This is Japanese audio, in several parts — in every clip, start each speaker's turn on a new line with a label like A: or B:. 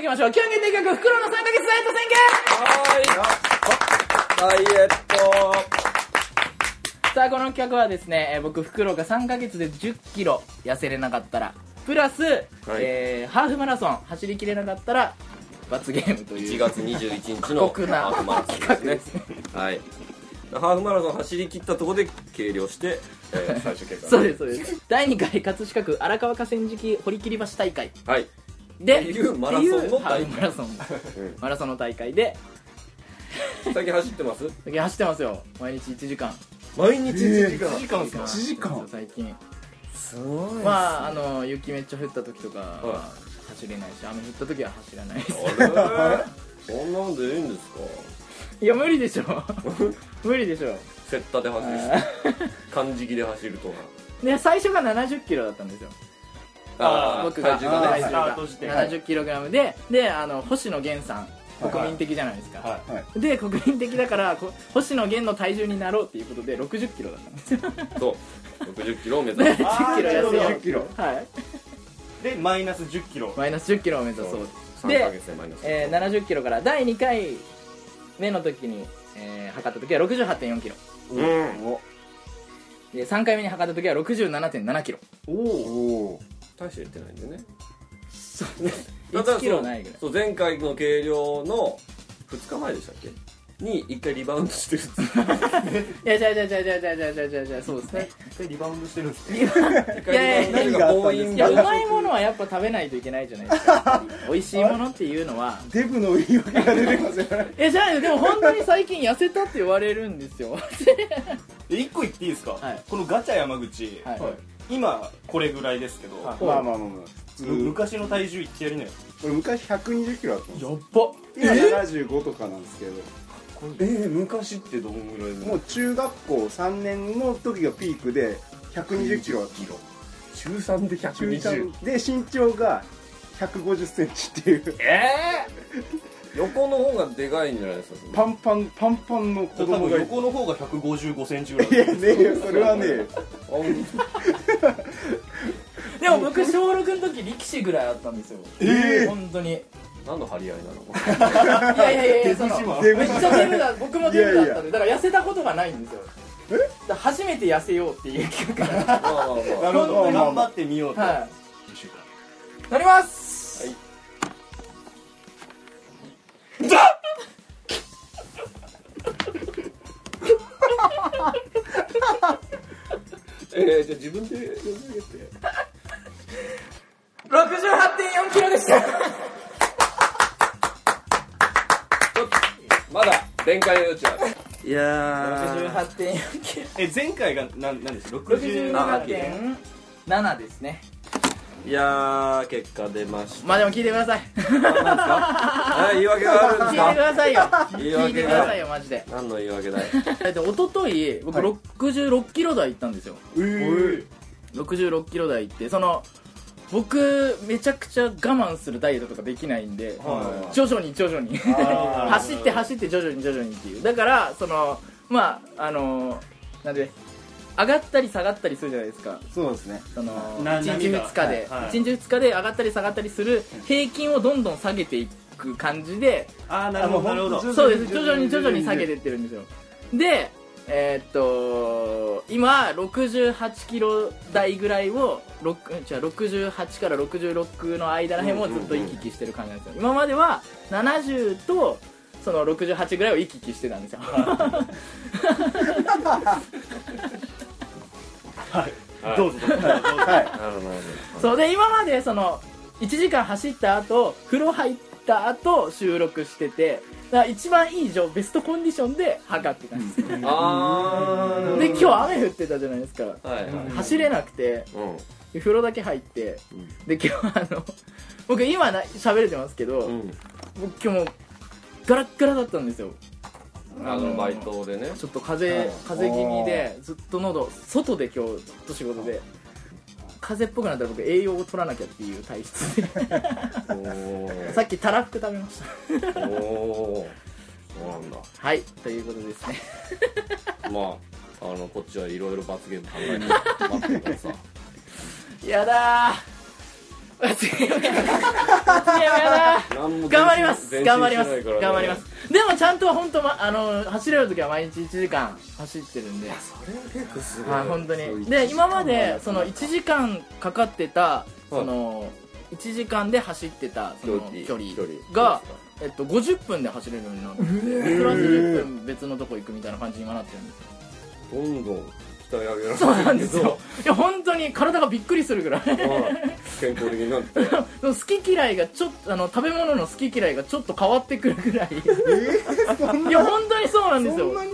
A: きましょう。キュンゲ定額、袋の3ヶ月ダイエット宣言
B: ダイエッ
A: さあ、この企画はですね、えー僕、袋が3ヶ月で10キロ痩せれなかったら、プラス、えーハーフマラソン走りきれなかったら、罰ゲームと
B: ト
A: いう。
B: 1月21日
A: 過
B: の
A: 酷な
B: ハーフマラソンですねはいハーフマラソン走り切ったところで計量して、え ー最終結果
A: そうです、そうです。第2回、葛飾区荒川河川敷堀切り橋大会
B: はい
A: で、
B: っていうマラソンの大会
A: っていうハーフマラソン
B: うん
A: マラソンの大会で、
B: 最近走ってます
A: 走ってますよ。毎日1時間。
B: 毎日1時間、
C: 1時間ですか
A: 1
C: 1時間
A: 最近。
B: すごい
A: まあ、あの、雪めっちゃ降った時とかは
B: は
A: 走れないし、雨降った時は走らないです。
B: あれそんなんでいいんですか
A: いや、無理でし ょ。無理でしょ。
B: セッタで走るし 漢字で走るとか
A: で、最初が70キロだったんですよ。
C: あー
A: 僕が
B: 体重が
C: は
B: ね
C: い
A: 体
C: あーどうし
A: 重
C: て
A: が70キログラムで、で、あの、星野源さん。国民的じゃないですか。
C: は
A: で国民的だからこ星野源の体重になろうっていうことで6 0キロだったんですよ
B: そう60キロを目指
A: 1 0
B: す
A: キロ痩せ
C: あーな
A: よ
C: る
A: う
C: ほキロ
A: はい
C: いでマイナス1 0キロ
A: マイナス1 0キロを目指そう
B: 3ヶ月でマイナス
A: えー、7 0キロから第2回目の時に、えー測った時は6 8 4キロ
B: うん
A: で3回目に測った時は6 7 7キロ
C: おお
B: 大して減ってないんだよねだから
A: 1キロないぐらい
B: そうそう前回の計量の2日前でしたっけに一回リバウンドしてる
A: いやじゃあじゃあじゃあじゃあじゃあじゃあじゃあじゃあじゃあそうですね
C: でリバウンドしてるんですね
B: 一回リバウンド
C: いやいやい
B: な
C: や
B: んか暴飲
A: い
B: 暴
A: やう
B: 食
A: まいものはやっぱ食べないといけないじゃないですか美味しいものっていうのは
C: デブの言い訳が出てますよね
A: えじゃあでも本当に最近痩せたって言われるんですよ
D: で1個言っていいですか、
A: はい
D: このガチャ山口、
A: はい
D: 今これぐらいですけど、
C: まあまあまあまあ普
D: む
C: 通
D: 昔の体重言ってやりなよ
C: 俺昔120キロだったんですよ
D: やっば
C: 今75とかなんですけど
B: えー、昔ってどんぐらい
C: もう中学校3年の時がピークで120キロだったんですよ
B: 中3で
C: 中3で身長が150センチっていう
B: えー、横の方がでかいんじゃないですか
C: パンパンパンパンの
D: 多
C: 子供
D: 分
C: がいる
D: 横の方が1 5 5ンチぐらい
C: いやねえよそれはねえよ
B: それあ
A: でも僕小6の時力士ぐらいあったんですよ
C: ええ
A: 本当にい
B: 何の張り合いなの
A: やいやいやいやその
C: デ
A: め
C: ブ
A: っちゃデブだ僕もデブだったんでだから痩せたことがないんですよ
C: え
A: だから初めて痩せようっていう企画から
B: まあまあまあ
D: なるほ
C: まあまあ
D: ど
C: まあ
D: 頑張ってみようと、
A: はい乗ります
B: はいえー、じゃあ自分で呼び上げて
A: 68.4キロでした
B: まだ弁解の余地ある
C: いや
A: 68.4キロ
D: え前回が何何でした
B: 67
A: 67.7ですね
B: いやー結果出まし
A: まあでも聞いてください
B: たはい言い訳があるん
A: 聞い
B: で
A: てく
B: すか
A: ださいよ
B: 言い
A: 聞いて
B: 訳
A: くだ
B: が
A: さいよマジで
B: 何の言い訳だよ
A: だって一昨日僕
C: はい
A: 66キロ台行ったんですよ
C: えー
A: 66キロ台行ってその僕めちゃくちゃ我慢するダイエットとかできないんで、
C: はい
A: 徐々に徐々に
C: あー
A: 走って走って徐々に徐々にっていうだからそのまああのなんで上がったり下がったりするじゃないですか
C: そうですね
A: その
D: な
A: 1日
D: 波が
A: 2日で、
D: はいはい
A: 一1日2日で上がったり下がったりする平均をどんどん下げていく感じで
D: ああなるほどなるほど
C: あもう
A: そうです徐々に徐々に下げていってるんですよでえーっと今68キロ台ぐらいを6違う68から66の間らへんもずっと行き来してる感じなんですよ今までは70とその68ぐらいを行き来してたんですよ
B: はい
D: どうぞどうぞ
C: は
B: な
C: い
B: るほどなるほど
A: そうで今までその1時間走った後風呂入った後収録しててだから一番いい状ベストコンディションで測ってたんですよ
B: あー
A: で今日雨降ってたじゃないですか
B: はいはい
A: 走れなくて
B: うん
A: で風呂だけ入って、で今日あの 僕今な喋れてますけど、
B: うん
A: 僕今日もうガラッガラだったんですよ
B: あのバイトでね
A: ちょっと風邪風邪気味でずっと喉外で今日ずっと仕事で風邪っぽくなったら僕栄養を取らなきゃっていう体質 で
B: おー
A: さっきたらふく食べました
B: おーそうなんだ
A: はいということですね
B: まああのこっちはいろいろ罰ゲーム考えて待ってるからさ
A: やだー罰ゲームやだー罰ゲームやだー
B: な何も
A: 頑張ります
B: 前進
A: 頑張りま
B: してない
A: す
B: からね
A: 頑張りますでもちゃんと本当、ま、あの走れる時は毎日1時間走ってるんで
B: それは結構すごい
A: はい、本当
C: そう
A: に
C: 一
A: で
C: 時間
A: 今までその1時間かかってたその1時間で走ってたその距離が、えっと、50分で走れるようになってプラス10分別のとこ行くみたいな感じに今なってるんですよ
B: どんどん鍛え上げられてるけど
A: そうなんですよいや本当に体がびっくりするぐらい
B: はい健康的になって
A: その好き嫌いがちょっとあの食べ物の好き嫌いがちょっと変わってくるぐらい
C: えー、そん
A: いや本当にそうなんです
C: そん
A: よ
C: なに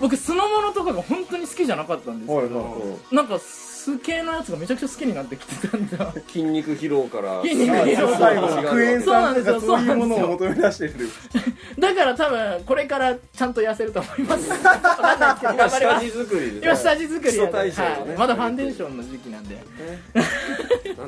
A: 僕酢の物とかが本当に好きじゃなかったんです
C: はい
A: け
C: はい
A: ど、
C: は
A: なんか酢系のやつがめちゃくちゃ好きになってきてたんだ
B: 筋肉疲労から
A: 筋肉疲
C: い
A: 労
B: そう
C: 最後は
B: そう
C: クエン
A: そうなん
C: 酸と
A: ですよ
C: かそういうもの
A: そう
C: を
A: なん
C: 求め出してる
A: だから多分これからちゃんと痩せると思います わかんないですけど
B: 今
A: 頑張り
B: 下
A: ま
B: 地
A: す
B: 作りで
A: 今下地作りやで、
B: 基礎代謝をね
A: はいまだファンデーションの時期なん で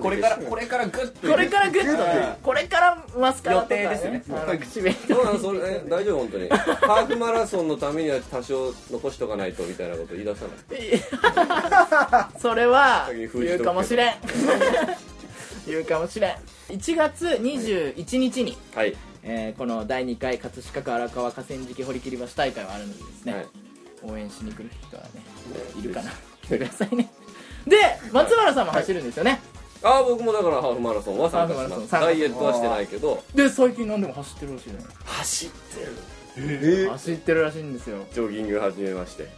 D: これからこ
B: れ
D: れからグッと
A: これからグッと
D: は
A: ねこれからマスカラとか、
D: 予定ですね
A: あの唇
B: そうなのそれえ大丈夫本当にハーフマラソンのためには多少残しとかないとみたいなこと言い出さない
A: いや それは
B: 先に封
A: 言
B: じとくけど
A: うかもしれん言うかもしれん1月21日に、
B: はい
A: えーこの第2回葛飾区荒川河川敷堀切り橋大会はあるのでですね、
B: はい
A: 応援しに来る人はねいるかな来てくださいねで松原さんも走るんですよね、
B: ああ僕もだからハーフマラソンは参加し
A: ハーフマラソ
B: ま
A: ン
B: す
A: 参加
B: ダイエットはしてないけど
A: で最近何でも走ってるらしいね
B: 走ってる
C: えー
A: 走ってるらしいんですよ
B: ジョギング始めまして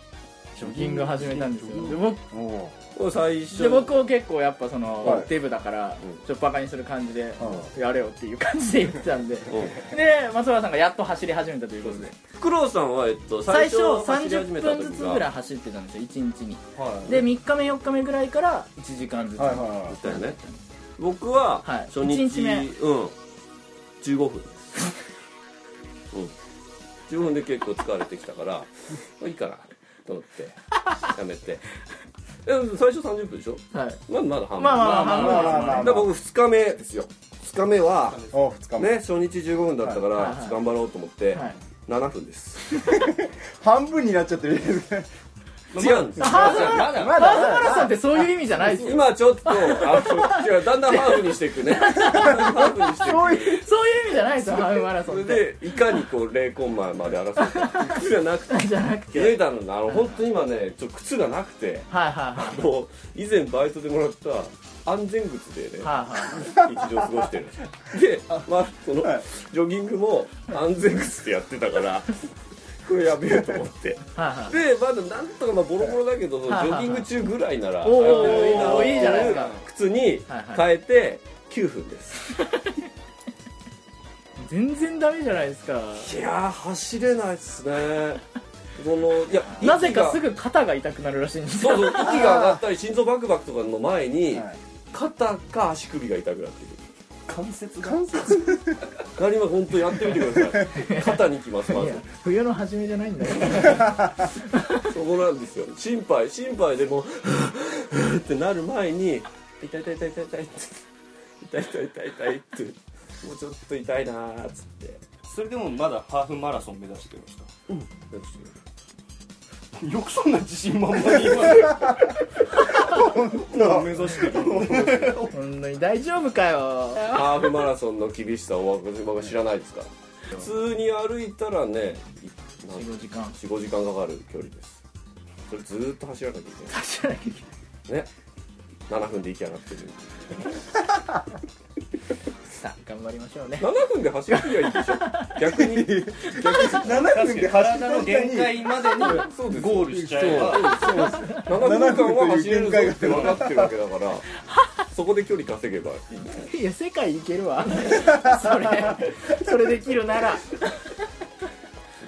A: ジョギング始めたんですよで僕
C: おう
B: これ最初
A: で僕を結構やっぱその、
C: はい
A: デブだから
B: うん
A: ちょっとバカにする感じで
C: う
A: やれよっていう感じで言ってたんで
B: うん
A: で松原さんがやっと走り始めたということで
B: フクロウさんはえっと
A: 最
B: 最
A: 初
B: 初走り始め
A: 30分
B: た時が
A: ずつぐらい走ってたんですよ1日に
D: はい
A: で3日目4日目ぐらいから1時間ずつ
C: はいはいはい
B: だよね僕は
A: はい
B: 初日,、
A: 一日目
B: うん15分です、うん、15分で結構疲れてきたから もういいかなと思ってやめてえ最初30分でしょ
A: はい
B: まだまだ
A: まあ
B: 半分、
A: まあまあ
C: まあまあ
A: ま
C: ま
A: あ
C: あ
B: だから僕2日目ですよ2日目は
C: お二日目、
B: ね初日15分だったか
A: はいはいは
B: ら
A: い
B: 頑張ろうと思って
A: はい
B: 7分です、
C: 半分になっちゃってる
B: 違うんです
A: ハーフマラ
C: ま
D: まだ
C: だ
A: 松
C: ま
A: 原さんっ
C: だ
A: てそういう意味じゃないですよ
B: 今ちょっとあの違うだんだんハーフにしていくねハーフにしていく
C: そういう
A: そういう意味じゃないですよハーフマラソン
B: それ
A: って
B: でいかにこう0コンマまで争っていくじゃなくて
A: じゃなく
B: 気
A: て
B: づいたのがあの本当に今ねちょっと靴がなくて
A: はいはいはい
B: もう以前バイトでもらった安全靴でね
A: はいはい
B: 日常過ごしてるでまあその
C: はい
B: ジョギングも安全靴でやってたからこれやべえと思って
A: はいはい
B: でまだなんとかまあボロボロだけどその
A: はい
B: ジ
A: はい
B: ョギング中ぐらいなら
A: お
B: やってもいいだろう
A: ーいいじゃないですか
B: 靴に変えて9分です
A: 全然ダメじゃないですか
B: いやー走れないっす ねそのいや
A: なぜか
B: 息
A: す
B: が
A: ぐ肩が痛くなるらしいんです
B: そう
A: よ
B: そう息が上がったり心臓バクバクとかの前に、
C: はい
B: 肩か足首が痛くなってく
D: 関節が
C: 関節
B: る何も本当やってみてください 肩にきますま
A: い
B: ず
A: や冬の初めじゃないんだよ
B: そこなんですよ心配心配でもうってなる前に痛い痛い痛い痛い痛いって痛い痛い痛い痛いってもうちょっと痛いなーっつって
D: それでもまだハーフマラソン目指してました よくそんな自信満々に今目指してる
A: 本当に大丈夫かよ
B: ハーフマラソンの厳しさを私僕は知らないですから普通に歩いたらね
A: 45時間
B: 45時間かかる距離ですそれずーっと走らなきゃいけない
A: 走らなきゃいけない
B: ね7分で息上がってる
A: さあ頑張りましょうね
B: 7分で走るりゃいいでしょ逆に
C: 7分で走った
D: 体の
C: の
D: 限
C: に
D: 界までに
B: そうです
D: ゴールしちゃえば
B: 7分間は走れるぞって分かってるわけだからそこで距離稼げばいいんです
A: いや世界いけるわ それそれできるなら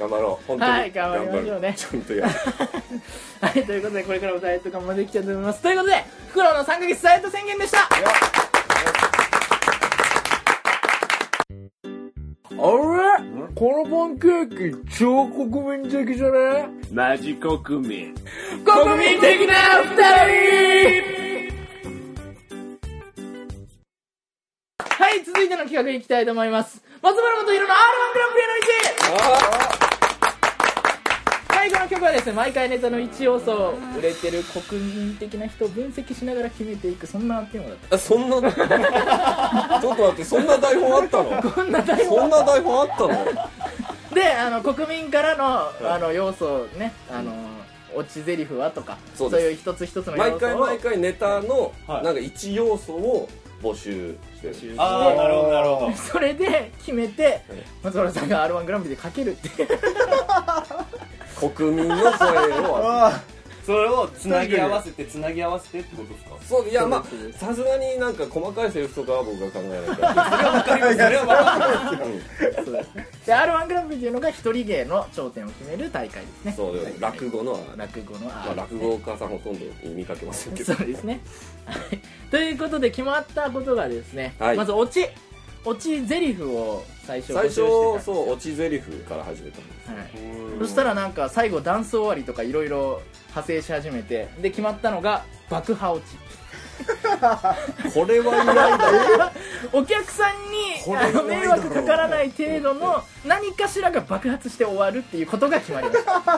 B: 頑張ろう本当に
A: はい頑張りましょうね
B: 頑張るちゃんとやる
A: はいということでこれからもダイエット頑張っていきたいと思いますということでフクロウの3ヶ月ダイエット宣言でした
E: あれこのパンケーキ超国民的じゃねマジ国民。
A: 国民的な二人はい続いての企画いきたいと思います松原元宏の R1 グランプリの道
B: あ
A: は最後の曲はですね毎回ネタの一要素を売れてる国民的な人を分析しながら決めていくそんなテーマだっ
B: あそんなちょっと待ってそんな台本あったの
A: たこんな大
B: そんな台本あったの
A: であの国民からのあの要素をねあの、落ち台詞はとかそう
B: そ
A: う
B: です
A: いう一つ一つの要素を
B: 毎回毎回ネタの
D: はい
B: なんか一要素を募集してる
D: ああなるほどなるほど
A: それで決めて松原さんが r 1グランプリでかけるっていう
B: 国民の声を
C: あ
D: それをつなぎ合わせてつなぎ合わせてってことですか
B: そういやまあさすがになんか細かいセリフとかは僕が考えないから
A: で r 1グランプリっていうのが一人芸の頂点を決める大会ですね
B: そうでも落語のは
A: 落語の
B: まあ
A: R
B: 落語家さんほとんど見かけませんけ
A: そ
B: ど
A: うですねはいということで決まったことがですね、
B: はい
A: まずオチオチゼリフを最初募集して
B: 最初
A: たんですよ
B: そう落ち台詞から始めたんです
A: はいそしたらなんか最後ダンス終わりとかいろいろ派生し始めてで決まったのが爆破落ち
B: これは依頼だ
A: お客さん
B: こ
A: に
B: れ
A: あの
B: はないだろ
A: 迷
B: う
A: 惑かからない程度の何かしらが爆発して終わるっていうことが決まりました
D: 爆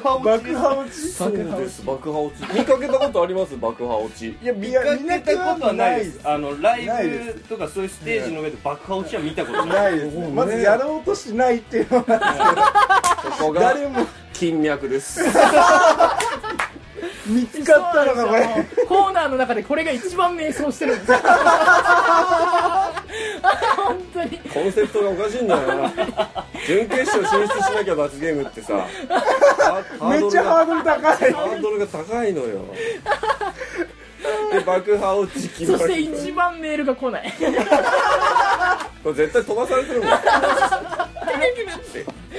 D: 破
C: ー
D: 落
C: 爆破落ち
B: そうです爆破落ち見かけたことあります爆破落ち
D: いや見かけたことはないですあのライ
C: ないで
D: ブとかそういうステージの上で爆破落ちは見たことない
C: ないですねまずやろうとしないっていうのは
B: ここが
C: 誰も
B: 筋脈です
C: 見つかったの
A: そう
C: がこ
A: なん
C: れ
A: ですよコーナーの中でこれが一番迷走してるんですよ本当に
B: コンセプトがおかしいんだよな準決勝進出しなきゃ罰ゲームってさ
C: めっちゃ
B: ハ
C: ハードル高い
B: ードルが高いのよで爆破落ち決
A: そ
B: ま
A: し
B: る
A: て一番メールが来ない
B: これ絶対飛ばされてるもん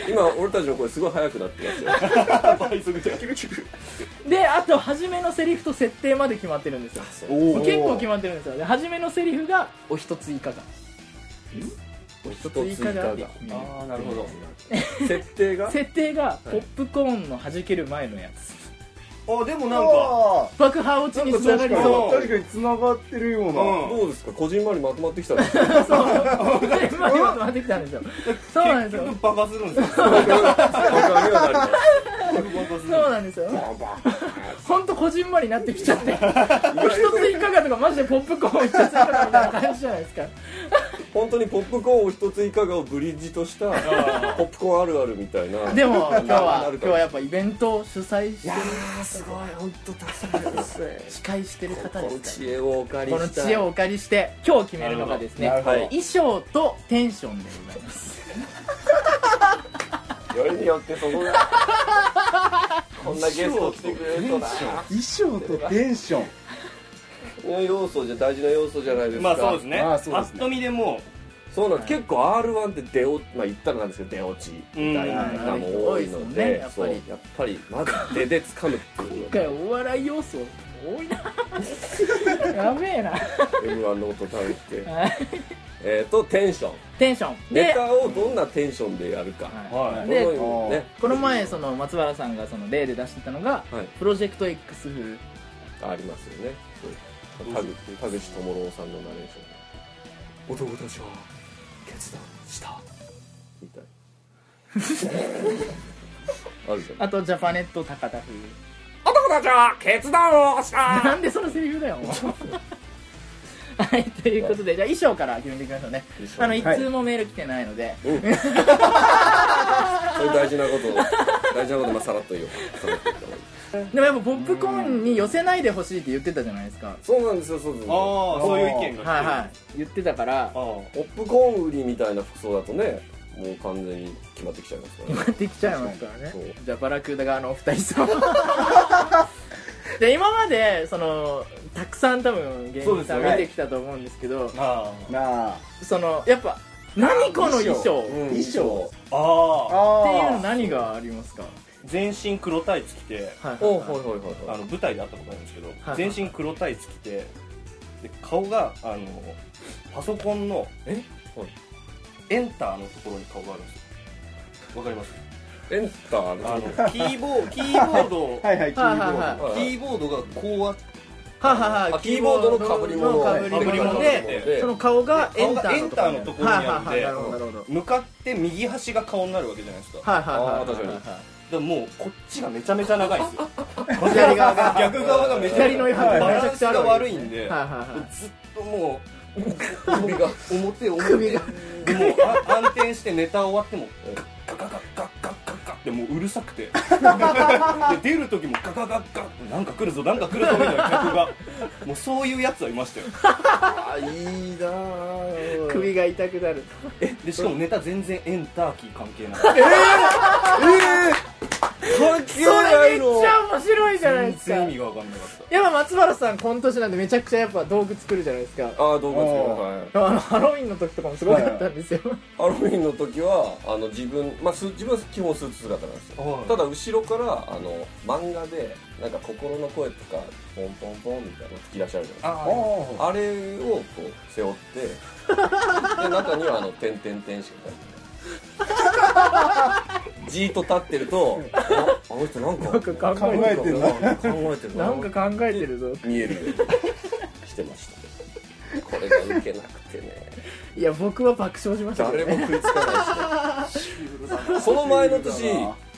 B: 今俺たちの声すごい速くなってますよ
D: 倍速じゃん
A: であと初めのセリフと設定まで決まってるんですよもう結構決まってるんですよで初めのセリフが「お一ついかが」
B: 一つ
A: 追
B: 追
A: 加
B: 加
A: であ
B: が
A: って決める
D: ああなるほど
B: 設定 が
A: 設定がポップコーンの弾ける前のやつ
D: あでもなんか
A: 爆破落ちにつながり
D: なんか
A: そ
D: そう
C: 確かに繋がってるような、
D: うん
B: どうですかこじんまりまとまってきたんですか
A: うそう でまあ今止まってきたんですよそうなんです
D: 結
A: よ
D: 局爆破するんですよ
B: 爆上げはなります
D: 爆破する
A: そうなんですよ本当こじんまりになってきちゃってお一ついかがとかマジでポップコーン一ついかがみたいな感じじゃないですか
B: 本当にポップコーンを一ついかがをブリッジとしたポップコーンあるあるみたいな
A: でも今日
B: な
A: は今
B: る
A: 日
B: かも
A: はやっぱイベントを主催してる
B: すごい本当助かるですね
A: 司会してる方
B: こ
A: で
B: の
A: すか
B: 知恵をお借
A: らこ
B: り
A: の
B: した
A: 知恵をお借りして今日決めるのがですね
C: なるほど
B: はい
A: 衣装とテンションでござい ます
B: よりによってそこがこんなゲスト来てくれるとな
C: 衣装とテンション
B: の要素じゃ大事な要素じゃないですか
D: まあそうですね
C: まあそう
D: ぱ
C: で
D: っ
C: すね
D: と見でも
B: そうなんです結構 r 1って出落まあ言ったらなんですけど出落ちみたいなのがもう多いの
A: うんはい
B: で
A: はい
B: そうやっぱりまず出で掴むっていう
A: 今 回お笑い要素多いな やべえな
B: m 1の音食べてえーとテンション
A: テンション
B: ネ
A: で
B: タをどんなテンションでやるか
A: はい
B: で
A: で
B: ね
A: この前その松原さんがその例で出してたのが、
B: はい
A: プロジェクト X 風
B: ありますよねそう田口田口智朗さんのナレーション男たちは決断したみたい あるじゃん
A: あとジャパネット高田風
B: 男たちは決断をした
A: なんでそのセリフだよ はいということでじゃあ衣装から決めていきましょうね
B: 衣装
A: あの一通もメール来てないので、
B: そういう大事なことを大事なことまあさらっと言おうさらっと言った方がいい
A: でもやっぱポップコーンに寄せないでほしいって言ってたじゃないですか
B: そうなんですよそうです
D: あ
B: よ
D: あそういう意見が来てる
A: はいはい言ってたから
D: あ
B: ポップコーン売りみたいな服装だとねもう完全に決まってきちゃいますからね
A: できちゃいますからね
B: そう
A: じゃあバラクーダ側のお二人 さんで今までそのたくさん多分芸人さん
D: そうですね
A: 見てきたと思うんですけどそ
D: あ
C: なあ
A: のやっぱ何この衣装
B: うん
C: 衣装
D: あああ
A: っていうの
C: ああ
A: 何がありますか
D: 全身黒タイツ着て
A: はいはいはい
B: おはいはいはい
D: あ
B: はい
D: の舞台で会ったことあるんですけど、
A: はい
D: 全身黒タイツ着てで顔があのパソコンの
B: え
D: エンターのところに顔があるんですよわかります
B: エンターの
D: あのキーボードキーボードを
C: はいはいキーボー
A: はい
C: ド、
A: はいはい
D: キーボードがこうあっ
A: ははは
B: あキーボードの被り物
A: の被り物で
B: で
A: その顔がエ
D: 顔
A: ンタ
D: がエンタ
A: ー
D: ー
A: の
D: の
A: と
D: と
A: こ
D: こ
A: に
D: ろに
A: ある
D: あるんで
A: はいはいはいなるほどなるほど
D: 向かって右端が顔になるわけじゃないですか
A: はいはいはい
B: あー確かに
D: でももうこっちがめちゃめちゃ長いんですよ
A: 左側が
D: 逆側がめちゃめ
A: 左
D: ち
A: の違
D: ゃ
A: 反が
D: バ
A: めち
D: ラ
A: ゃ
D: ン
A: く
D: ス
A: ちゃある
D: が
A: わけ
D: 悪
A: で
D: いんで
A: はいはいはい
D: ずっともう
B: 首が
D: 表表
A: 首が
D: でもうあ暗転してネタ終わってもガガガガガガガってもううるさくてで出る時もガガガガなんか来るぞなんか来るぞみたいな客がもうそういうやつはいましたよ
B: あいいなぁ
A: 首が痛くなる
D: でしかもネタ全然エンターキー関係ない
A: それめ
B: 関係ない
A: っち
B: の
A: ゃ面白いじゃない
D: 全
A: ですか
D: 然意味が分かんなかった
A: やっぱ松原さん今年なんでめちゃくちゃやっぱ道具作るじゃないですか
B: ああ動物
D: あー
B: はい
A: あのハロウィンの時とかもすごかったんですよ
B: ハロウィンの時はあの自分、まあ、ス自分は基本スーツ姿なんですよ
D: はい
B: ただ後ろからあの漫画でなんか心の声とかポンポンポンみたいなの吹き出しあるじゃないですか
D: あ
B: あれをこう背負ってで中にはあの「てんてんてん」しか書いてないじーっと立ってるとああの人なんか
A: なんか考
C: 考
A: え
C: え
A: て
C: て
A: る
C: るな
B: なんか考えてるな
A: なんか考えてるぞ
B: 見えるようにしてましたこれがウケなくてね
A: いや僕は爆笑しましたけど
B: 誰も
A: ね
B: 食いつか ないしその前の年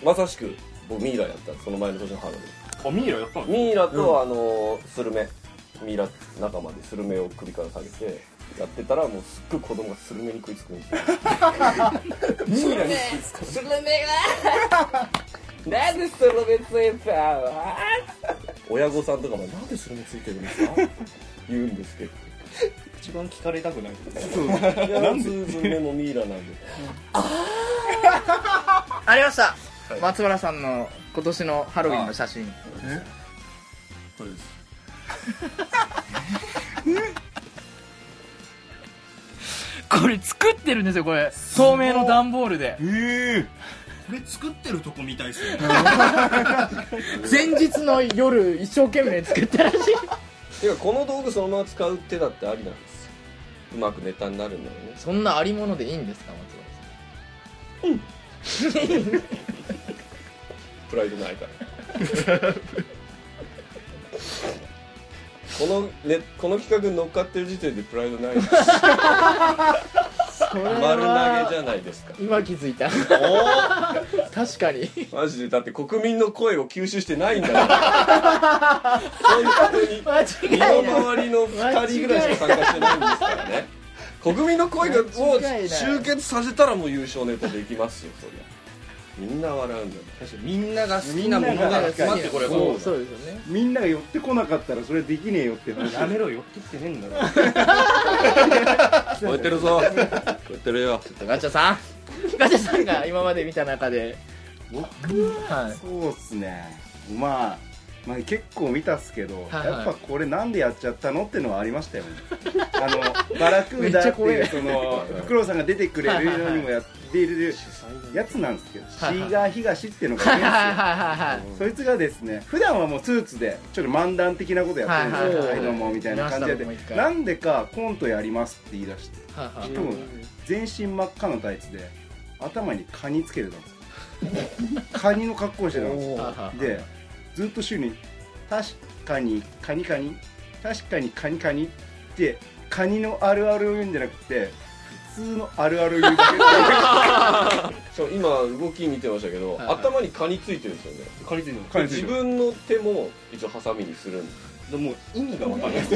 B: まさしく僕ミイラやったその前の年の春に
D: あミイラやったの
B: ミイラと、あのスルメミイラ仲間でスルメを首から下げてやってたらもうすっごい子供がスルメに食いつくんですよ ミイラに食いつくスルメがなんでスルメついたの親御さんとかもなんでスルメついてるんですか言うんですけど
D: 一番聞かれたくない
B: いやなんでスルメもミイラなんで
A: ありました松原さんの今年のハロウィンの写真
B: これです
A: これ作ってるんですよこれ透明の段ボールで
D: これ作ってるとこみたいですよね
A: 前日の夜一生懸命作ったらしい
B: てかこの道具そのまま使う手だってありなんですようまくネタになるんだよね
A: そんなありものでいいんですか
B: プライドないからこのねこの企画に乗っかってる時点でプライド ないです
A: 松原さん
B: 丸投げじゃないですか
A: 今気づいた確かに
B: マジでだって国民の声を吸収してないんだから本当に
A: 間
B: 身
A: 違いない
B: の回りの2人ぐらいしか参加してないんですからね国民の声がを
A: 間違いない
B: 集結させたらもう優勝ネタできますよそりゃみんな笑うんだよ
D: 確かにみんなが好きなものが集まってこれ
A: そうそうですよね
C: みんなが寄ってこなかったらそれできねえよって話
D: やめろよ寄ってきてねえんだろ
B: 超えてるぞ超えてるよ
A: ガチャさんガチャさんが今まで見た中で
C: 僕
A: はい
C: そうっすねまあまあ結構見たっすけど、
A: はいはい
C: やっぱこれなんでやっちゃったのってのはありましたよねあのバラクーダって
A: め
C: い
A: っ
C: う
A: ち
C: そのフクロウさんが出てくれるのにもやっているやつなんですけど、
A: いはい
C: シーガー東っていうのが
A: はいい
C: るんで
A: はい
C: すよ
A: はいはい
C: そいつがですね普段はもうスーツでちょっと漫談的なことやってるんですよ、
A: はいはいはい
C: どうもみたいな感じで
A: 見ました僕も一回
C: なんでかコントやりますって言い出して
A: はい
C: 多分全身真っ赤なタイツで頭にカニつけてたんですよカニの格好をしてたんですよ
A: はい
C: でずっと週に「確かにカニカニ確かにカニカニ」ってカニのあるあるを言うんじゃなくて普通のあるあるを言うだけで
B: そう今動き見てましたけど、
A: はいはい
B: 頭に蚊についてるんですよね
D: 借りてんの
C: 借りて
B: 自
C: る
B: 分の手も一応ハサミにするんです
D: でももう意味が分かんないです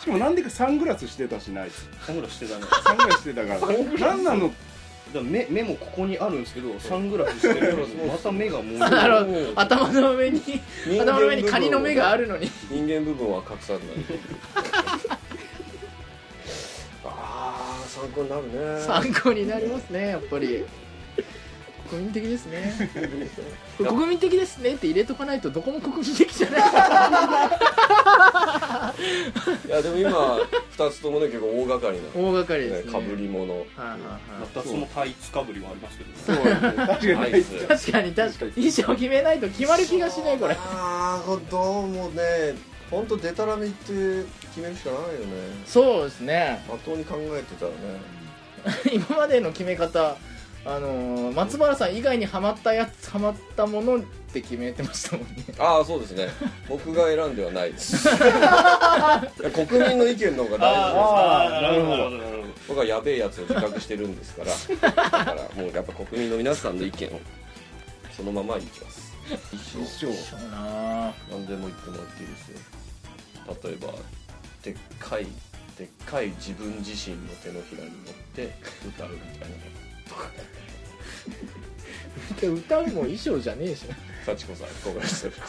C: しかもなんでかサングラスしてたしない
D: サングラスしてたねだか
C: サングラスしてたから何なの
D: ら目目もここにあるんですけどサングラスしてるからまた目がもう
A: なるほ
B: う
A: ど
B: ん
A: 頭の上に
B: 人間
A: 頭の上にカニの目があるのに
B: 人間部分は隠さない あー参考になるね
A: 参考になりますねやっぱり国民的ですね国民的ですねって入れとかないとどこも国民的じゃない
B: いやでも今2つともね結構大掛かりな、
A: 大掛かりです
B: ね、
A: ね
B: かぶり物
A: はいはいはい
D: 2つもタイツかぶりはありますけど、ね、
C: そう確かに
B: ア
C: ない
B: イ
C: で
B: ス
C: す
A: 確かに確かに衣装決めないと決まる気がしないこれ
B: ああどうもね本当デタラメって決めるしかないよね
A: そうですね
B: まともに考えてたらね
A: 今までの決め方あのー松原さん以外にハマったやつハマったものって決めてましたもんね
B: ああそうですね僕が選んではないです いや国民の意見の方が大事です
D: あ
C: あー
D: あ
C: な
D: な
C: る
D: る
C: ほ
D: ほ
C: ど
D: ど
B: 僕はやべえやつを自覚してるんですからだからもうやっぱ国民の皆さんの意見をそのままいきます一生
C: 生
A: そうな
B: 何でも言ってもらっていいですよ例えばでっかいでっかい自分自身の手のひらに乗って歌うみたいな
A: 歌うも衣装じゃねえし
B: 幸子さん憧れてる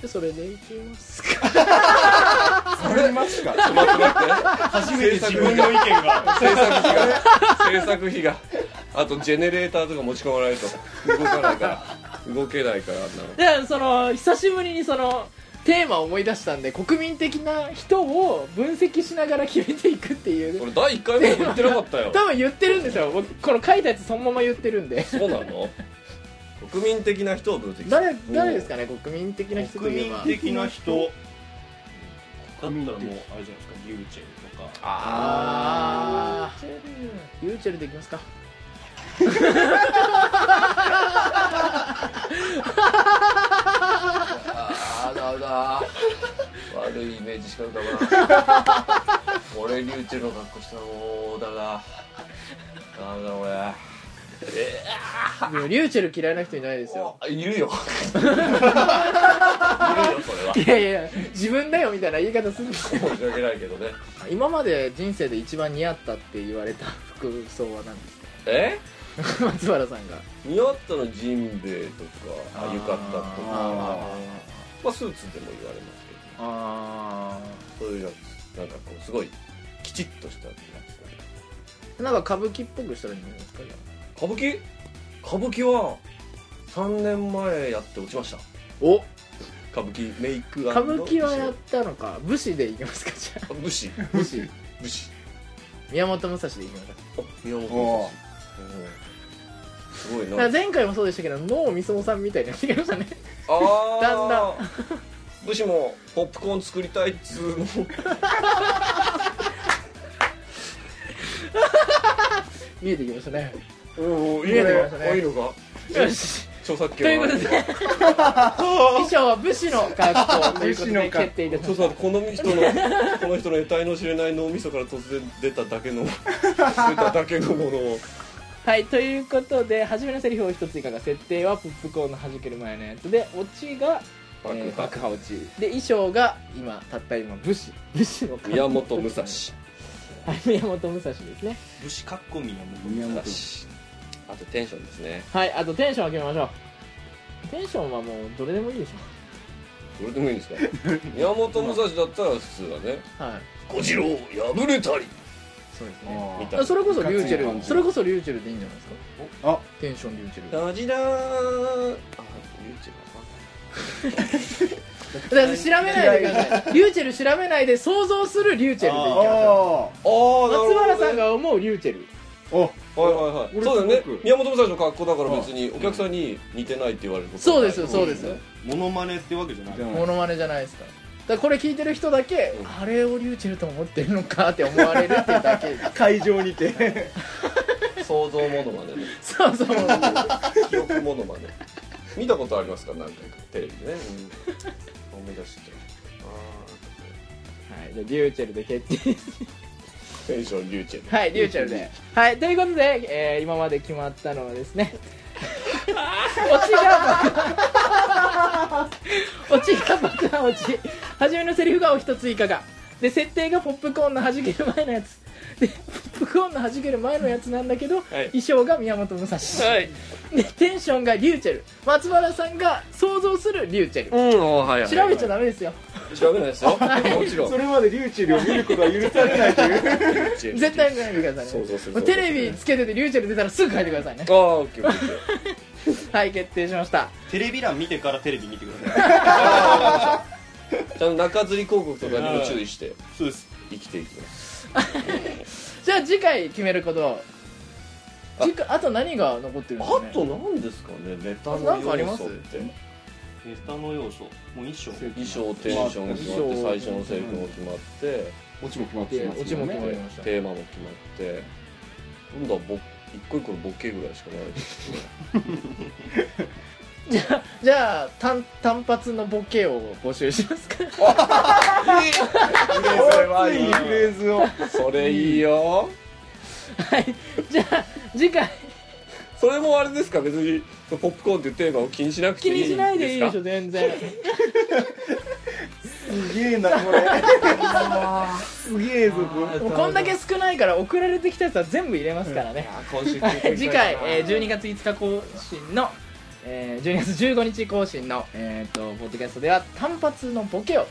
A: でそれでいきますか
C: ありますか
D: 初めて自分の意見が
B: 制作費が制作費があとジェネレーターとか持ち込まないと動かないから動けないからあんなの
A: でその久しぶりにそのテーマを思い出したんで国民的な人を分析しながら決めていくっていう
B: 俺第1回目も言ってなかったよ
A: 多分言ってるんですよ僕この書いたやつそのまま言ってるんで
B: そうなの国民的な人を分析する
A: 誰誰ですかね国民的な人と
D: 国
A: いえ
D: 民
A: ば
D: 的な人だったらもうあれじゃないですかリューチェルとか
A: ああユーチェルでいきますか
B: あーだだ悪いイメージしか浮かばない俺リュウチェルの格好したのもうだだダメだ俺
A: でもリューチェル嫌いな人いないですよ
B: あいるよいるよそれはい
A: やいや自分だよみたいな言い方するんですよ
B: 申し訳ないけどね
A: 今まで人生で一番似合ったって言われた服装は何です
B: え
A: か松原さんが
B: 似合ったのジンベエとかあ浴衣とか
A: あ
B: まあスーツでも言われますけ
A: あ
B: どそういうやつなんかこうすごいきちっとしたやつ
A: ーなんか歌舞伎っぽくしたらいいんじゃないですかじゃあ
B: 歌舞伎歌舞伎は3年前やって落ちました
A: お
B: 歌舞伎メイク
A: 歌舞伎はやったのか武士でいきますかじゃあ
B: 武士
A: 武士
B: 武士
A: 宮本武蔵でいきますか
B: あ宮本武蔵うん
C: おー
B: すごい
A: だ
B: な
A: から前回もそうでしたけど能みそさんみたいになってきましたね
B: あー
A: だんだ
B: 武士もポップコーン作りたいっつうの
A: 見えてきましたね
B: おお
A: 見えてきましたね
B: いいのか
A: よし
B: 著作
A: とい
B: 権
A: う
B: は
A: こと で衣装は武士の格好ということで決定いたし
B: ちょ
A: まし
B: っとこの人のこの人 の得体の知れない脳みそから突然出ただけ の出ただけのものを
A: たはいということで初めのセリフを一つ追加が設定はポップコーンの弾ける前のやつでオチが
B: 爆破
A: えー爆破落ちで衣装が今たった今武士武士の格好
B: 宮本武蔵
A: はい宮本武蔵ですね
D: 武士かっこ宮本
C: 宮本
B: 武蔵あとテンションですね
A: はいあとテンションを決めましょうテンションはもうどれでもいいでし
B: どれでもいいんですか宮本武蔵だったら普通だね
A: ょはい
B: 小次郎破れたり
A: そうですね
C: あ
B: 見
C: ー
B: た
A: それこそリューチ
C: いかつい
A: ェ
C: 感
A: ル
C: じ
A: それこそリューチェルでいいんじゃないですか
C: あ
A: テンションリューチェル
B: ラジラーあ
A: だから調べないでくださいリューチェル調べないで想像するリューチェルでいきましょ
B: あ
C: あ
B: ー
A: う
B: なるほど、
A: 松
B: ね、
A: 原さんが思うリューチェル
C: ーお
B: はいはいはい
C: 俺
B: そうだよ
C: すご
B: ね
C: く
B: 宮本武蔵の格好だから別にお客さんに似てないって言われること
A: そ
B: は
A: う
B: な
A: で
B: い
A: すそうです
D: モノマネってわけじゃない
C: じゃあ
A: モノマネじゃないですからだからこれ聞いてる人だけ
B: うん
A: あれをリューチェルと思ってるのかって思われるっていうだけ です
C: 会場にて
B: 想像ものまねね
A: そうそう
B: 記憶ものまね見たことありますか何回かテレビでね、うん、思い出してきた
A: はい、じゃあリューチェルで決定
B: あーテンションリューチェル
A: はいリューチェルではいということで、えー今まで決まったのはです ねオチが爆 オチが爆破落ち初めのセリフがお一つ以下がで設定がポップコーンの弾ける前のやつでポップコーンの弾ける前のやつなんだけど、衣装が宮本武蔵、
B: はい
A: でテンションがリューチェル松原さんが想像するリューチェル
B: うんおはいはい
A: 調べちゃダメですよ
B: 調べないですよもちろん
C: それまでリュウチェルを見ることは許されないとい う
A: 絶対見ないでください
B: 想
A: ね
B: 像する
A: もうテレビつけててリューチェル出たらすぐ書いてくださいね
B: ああオッケーオッケー
A: はい決定しました
D: テレビ欄見てからテレビ見てくだ さい
B: ちゃんと中吊り広告とかにも注意して
D: そうです
B: 生きていきます
A: じゃあ次回決めること次回あと何が残ってるんですか、ね、
B: 何ですかねネタ
A: なんかあります
B: て
D: ネタの要素もう衣装
B: 衣装テンション決まって最初のセリフも決まって
C: オチも決まって
A: で
C: ます
A: オチも決まりました
B: テーマも決まって今度は僕一個一個のボケぐらいしかないですね
A: じゃあ単単発のボケを募集します か
B: それはいい
C: フレーズを
B: それいいよ
A: はいじゃあ次回
B: それもあれですか別にポップコーンっていうテーマを気にしなくて
A: 気
B: い
A: に
B: い
A: し
B: んですか
A: ないでいいでしょ全然
C: すげえなこれすげえぞこれ
A: もうこんだけ少ないから送られてきたやつは全部入れますからね、
B: あ今 週
A: はい次回、えー12月5日更新の、えー12月15日更新の、えー、とポッドキャストでは単発のボケを、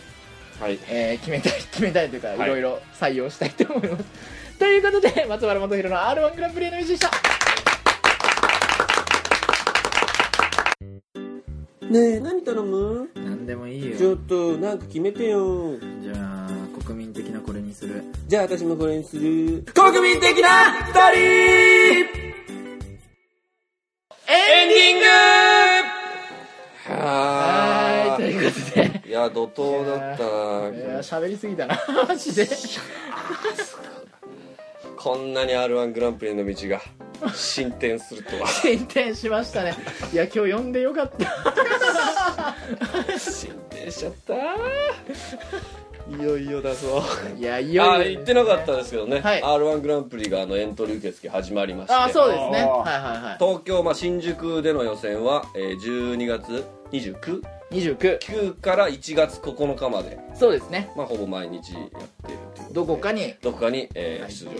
B: はい
A: えー決めたい決めたいというか、
B: い
A: い、ろいろ採用したいと思います ということで松原元宏の r 1グランプリへの道でした
B: ねえ何頼む
A: 何でもいい
B: ちょっとなんか決めてよ
A: じゃあ国民的なこれにする
B: じゃあ私もこれにする
A: 国民的な二人エンディングは
B: は
A: ーいということで
B: いいや怒涛だった
A: い
B: な
A: や喋りすぎたな マジで
B: こんなに r 1グランプリの道が進展するとは
A: 進展しましたねいや今日呼んでよかった
B: 進展しちゃったいよいよだぞ
A: いやい
B: あ
A: よい
B: 言
A: よ
B: ってなかったですけどね、
A: はい
B: r 1グランプリがあのエントリー受付始まりまして
A: あそうですね
C: あ
A: はい
C: ー
A: は
B: 東京、まあ、新宿での予選は、えー12月29
A: いはい29
B: 9から1月9日まで、
A: そうですね
B: まあ、ほぼ毎日やってるという
A: どこかに
B: どこかに、えー
A: はい
B: 出場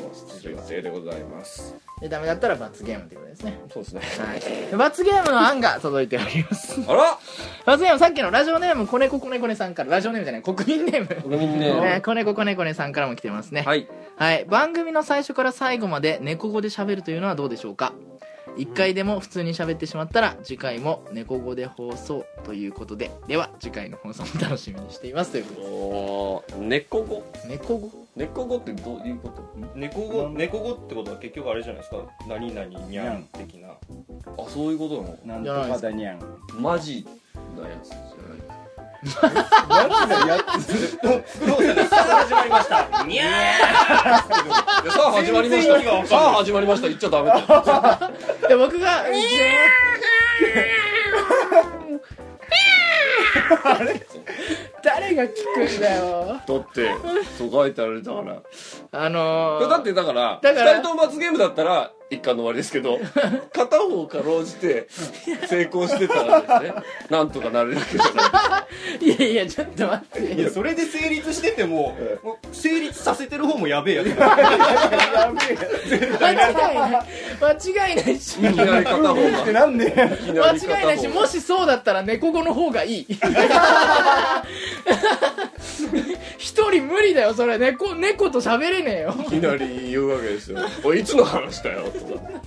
B: 出場予定でございます
A: でダメだったら罰ゲームということですね
B: そうですね
A: はい罰ゲームの案が届いております
B: あら
A: 罰ゲームさっきのラジオネームコネココネコネさんからラジオネームじゃない国民ネーム
B: ごめん
A: えー
B: ね
A: コネココネコネさんからも来てますね
B: はい
A: はい、番組の最初から最後まで猫語で喋るというのはどうでしょうか1回でも普通に喋ってしまったら次回も猫語で放送ということででは次回の放送も楽しみにしていますということで
B: おー猫語
A: 猫語
B: 猫語ってどういうこと
D: 猫語猫語ってことは結局あれじゃないですか何々にゃん的な
B: あそういうことなの
C: なんとかだにゃん
B: マジなやつじゃない
C: やつだや
D: どうせさあ始まりましたにゃ
B: いやさあ始まりました
D: 全然意味がわかんない
B: さあ始まりました言っちゃダメだよ
A: で僕が 誰が聞くんだよ
B: だってそう書いてあるんだから
A: あのー、
B: だってだから
A: だから
B: 2人とも罰ゲームだったら一巻の終わりです けど片方かろうじて成功してたらですねなんとかなれるけど
A: いやいやちょっと待って
D: んいやそれで成立しててももう成立させてる方もやべえやつ
A: 間違いない間違いないし
B: いきなり片 方が
C: べえってなんで
B: いきな
A: 間
B: り
A: 違いないし
B: 片方
A: もしそうだったら猫語の方がいい一人無理だよそれ猫猫と喋れねえよ
B: いきなり言うわけですよ「おいいつの話だよ」とか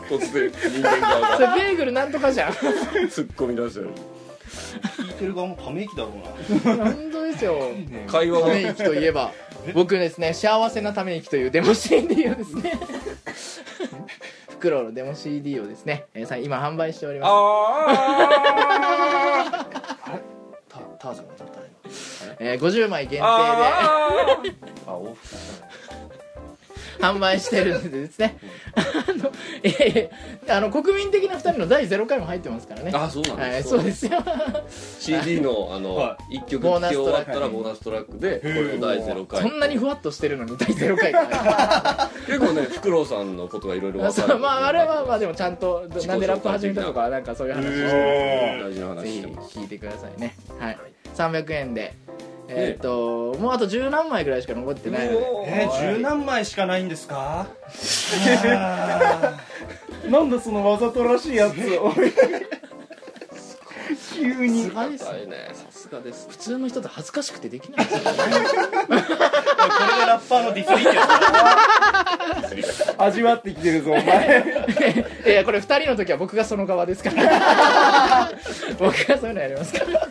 B: 突然人間側
A: そ
B: が
A: れベーグルなんとかじゃん
B: 突っ込み出してる
D: 聞いてる側もため息だろう
A: 本当ですよ
B: 会話
A: た
B: が
A: め息といえば僕ですね幸せなため息というデモ CD をですねフクロウのデモ CD をですね、えーさ今販売しておりま
B: あ
A: す
B: ー
A: タターザンの歌だねえー、50枚限定で
B: あー
D: なあ往復
A: 販売してるんでですねあのいやいやあの国民的な2人の第0回も入ってますからね
B: あそうなん
A: は
B: で
A: い、
B: す
A: そうですよ
B: CD のあの
D: は
B: 一曲聴き終わったらボーナストラックでこれも第0
A: そ
B: 回
A: んなにふわっとしてるのに第0回か
B: 結構ねフクロウさんのことがいろいろ
A: ら
B: 分
A: そ
B: かる
A: うまああれはまあでもちゃんと
B: 己紹介的な
A: なんでラップ始めたとかなんかそういう話
B: 大事な
A: ぜ
B: 話し
A: ひ
B: てます
A: 聞いてくださいねはい300円でえーっともうあと十何枚ぐらいしか残ってないので
D: えー、十何枚しかないんですか
C: なんだそのわざとらしいやつを急に
A: 高いですね
B: いねさすがです
A: 普通の人と恥ずかしくてできないですよね
D: これがラッパーのディスリーや
C: 味わってきてるぞお前
A: いやこれ2人の時は僕がその側ですから僕がそういうのやりますから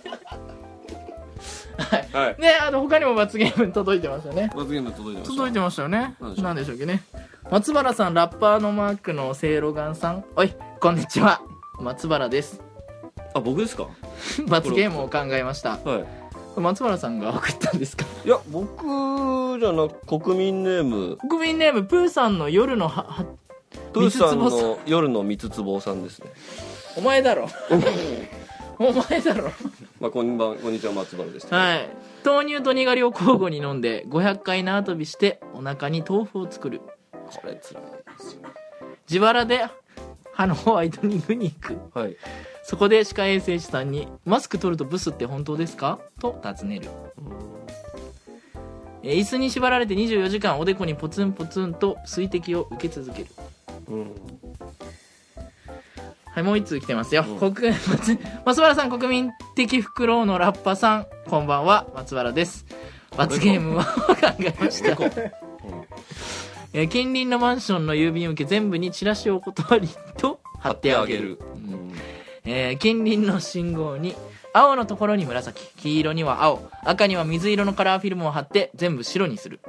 B: はい
A: ねあの他にも罰ゲーム届いてましたね
B: 罰ゲーム届いてました
A: 届いてましたよね
B: なんでしょう
A: なんでしょうっけね松原さんラッパーのマークのせいろがんさんおいこんにちは松原です
B: あ僕ですか
A: 罰ゲームを考えました
B: はい
A: 松原さんが送ったんですか
B: いや僕じゃなく国民ネーム
A: 国民ネームプーさんの夜のはは
B: プーさん
A: 三つ
B: の夜の三つつぼさんですね。
A: お前だろお前だろ
B: まあ、こんばん、こんにちは、松原でした。
A: はい豆乳とにがりを交互に飲んで500回縄跳びしてお腹に豆腐を作る
B: これ辛いですよ。
A: 自腹で歯のホワイトニングに行く
B: はい。
A: そこで歯科衛生士さんに「マスク取るとブスって本当ですか?」と尋ねるえー椅子に縛られて24時間おでこにポツンポツンと水滴を受け続ける
B: うん。
A: はいもう1通来てますよ、国松原さん国民的フクロウのラッパさんこんばんは松原です罰ゲームは考えました、えー近隣のマンションの郵便受け全部にチラシをお断りと貼ってあげるえー近隣の信号に青のところに紫黄色には青赤には水色のカラーフィルムを貼って全部白にする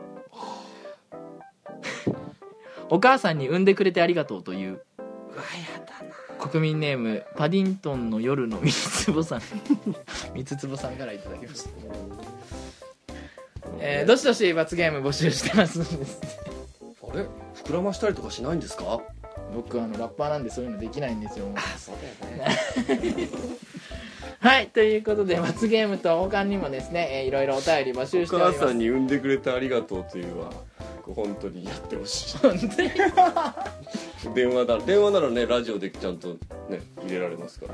A: お母さんに産んでくれてありがとうという国民ネームパディントンの夜の三つぼさん三つぼさんからいただきました、えーどしどし罰ゲーム募集してますんです
B: あれ、膨らましたりとかしないんですか。
A: 僕あのラッパーなんでそういうのできないんですよ はいということで罰ゲームと他にもですね、えーいろいろお便り募集
B: お
A: してお
B: 母
A: りま
B: さ
A: す
B: んに産んでくれてありがとうというは。本当にやってほしい。
A: 本当に
B: 電話だ、電話ならね、ラジオでちゃんとね、入れられますか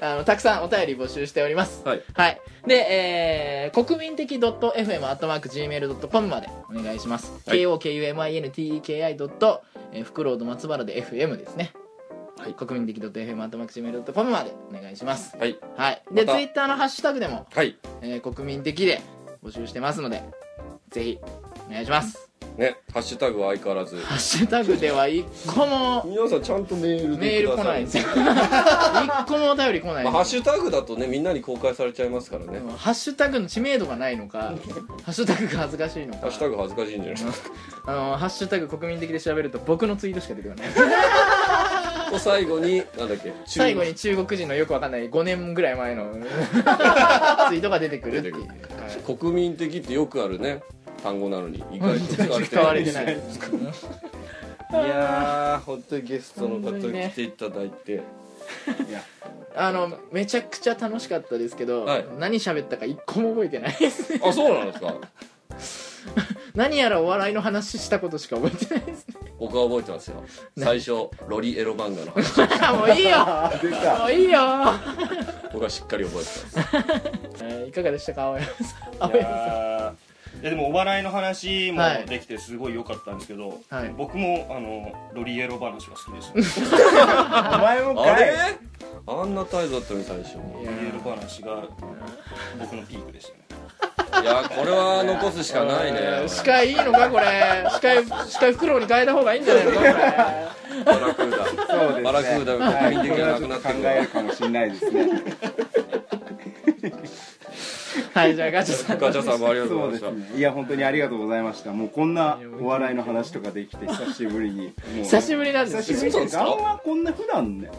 B: ら。
A: あのたくさんお便り募集しております
B: はい。
A: はいで、えー、国民的 .fm.gmail.com までお願いします、
B: はい
A: KOKUMINTEKI. えーフクロウと松原で FM ですね
B: はい
A: 国民的 .fm.gmail.com までお願いします
B: はい。
A: はいで、
B: また
A: ツイッターのハッシュタグでも、
B: はい。
A: えー国民的で募集してますのでぜひお願いします
B: ね、ハッシュタグは相変わらず。
A: ハッシュタグでは一個も
B: 皆さんちゃんとメール
A: メ
B: で
A: ール
B: くだ
A: 来
B: さ
A: ない
B: い
A: んですよ一個もお便り来ない
B: まあ、ハッシュタグだとねみんなに公開されちゃいますからね、
A: うんハッシュタグの知名度がないのかハッシュタグが恥ずかしいのか
B: ハッシュタグ恥ずかしいんじゃない
A: あのハッシュタグ国民的で調べると僕のツイートしか出てこない
B: と最後になんだっけ
A: 最後に中国人のよくわかんない5年ぐらい前 のツイートが出てくるっていう
B: 国民的ってよくあるね単語なのに意外と使われて
A: 使われてない
B: いやー本当にゲストの方
A: 本当にね
B: 来ていただいて、
A: あのめちゃくちゃ楽しかったですけど、
B: はい
A: 何喋ったか一個も覚えてないです
B: あそうなんですか
A: 何やらお笑いの話したことしか覚えてないですね
B: 僕は覚えてますよ最初ロリエロ漫画の話
A: もういいよ
C: あ出た
A: もういいよ、
B: 僕はしっかり覚えてます
A: えーいかがでしたか青山さん青
D: い
A: 山さん
D: やーいやでもお笑いの話も
A: はい
D: できてすごい良かったんですけど、
A: はい
D: 僕もあのロリエロ話が好きです
C: お前も
B: あ
C: か
B: れ
C: い
B: あんな態度だったのに最初
A: い
B: に
D: ロ
A: や
D: リエロ話が僕のピークでしたね
B: いやーこれは残すしかない
A: え
B: ね
A: ー司会いいのかこれ司会司会袋に変えた方がいいんじゃないのかこれ
B: バラクーダ
C: そうですね
B: バラクーダが国民的じゃなくなって
C: 考
B: くる
C: えるかもしれないですね
A: はいじゃあガチャさん
B: ガチャさんもありがとう
C: そ
B: ご
C: う
B: ざ
C: で
B: いました
C: すねいや本当にありがとうございましたもうこんなお笑いの話とかできて久しぶりにもう
A: 久しぶりなんで
C: 久
A: す
C: し
A: よ
C: ぶりですあんまこんな普段ね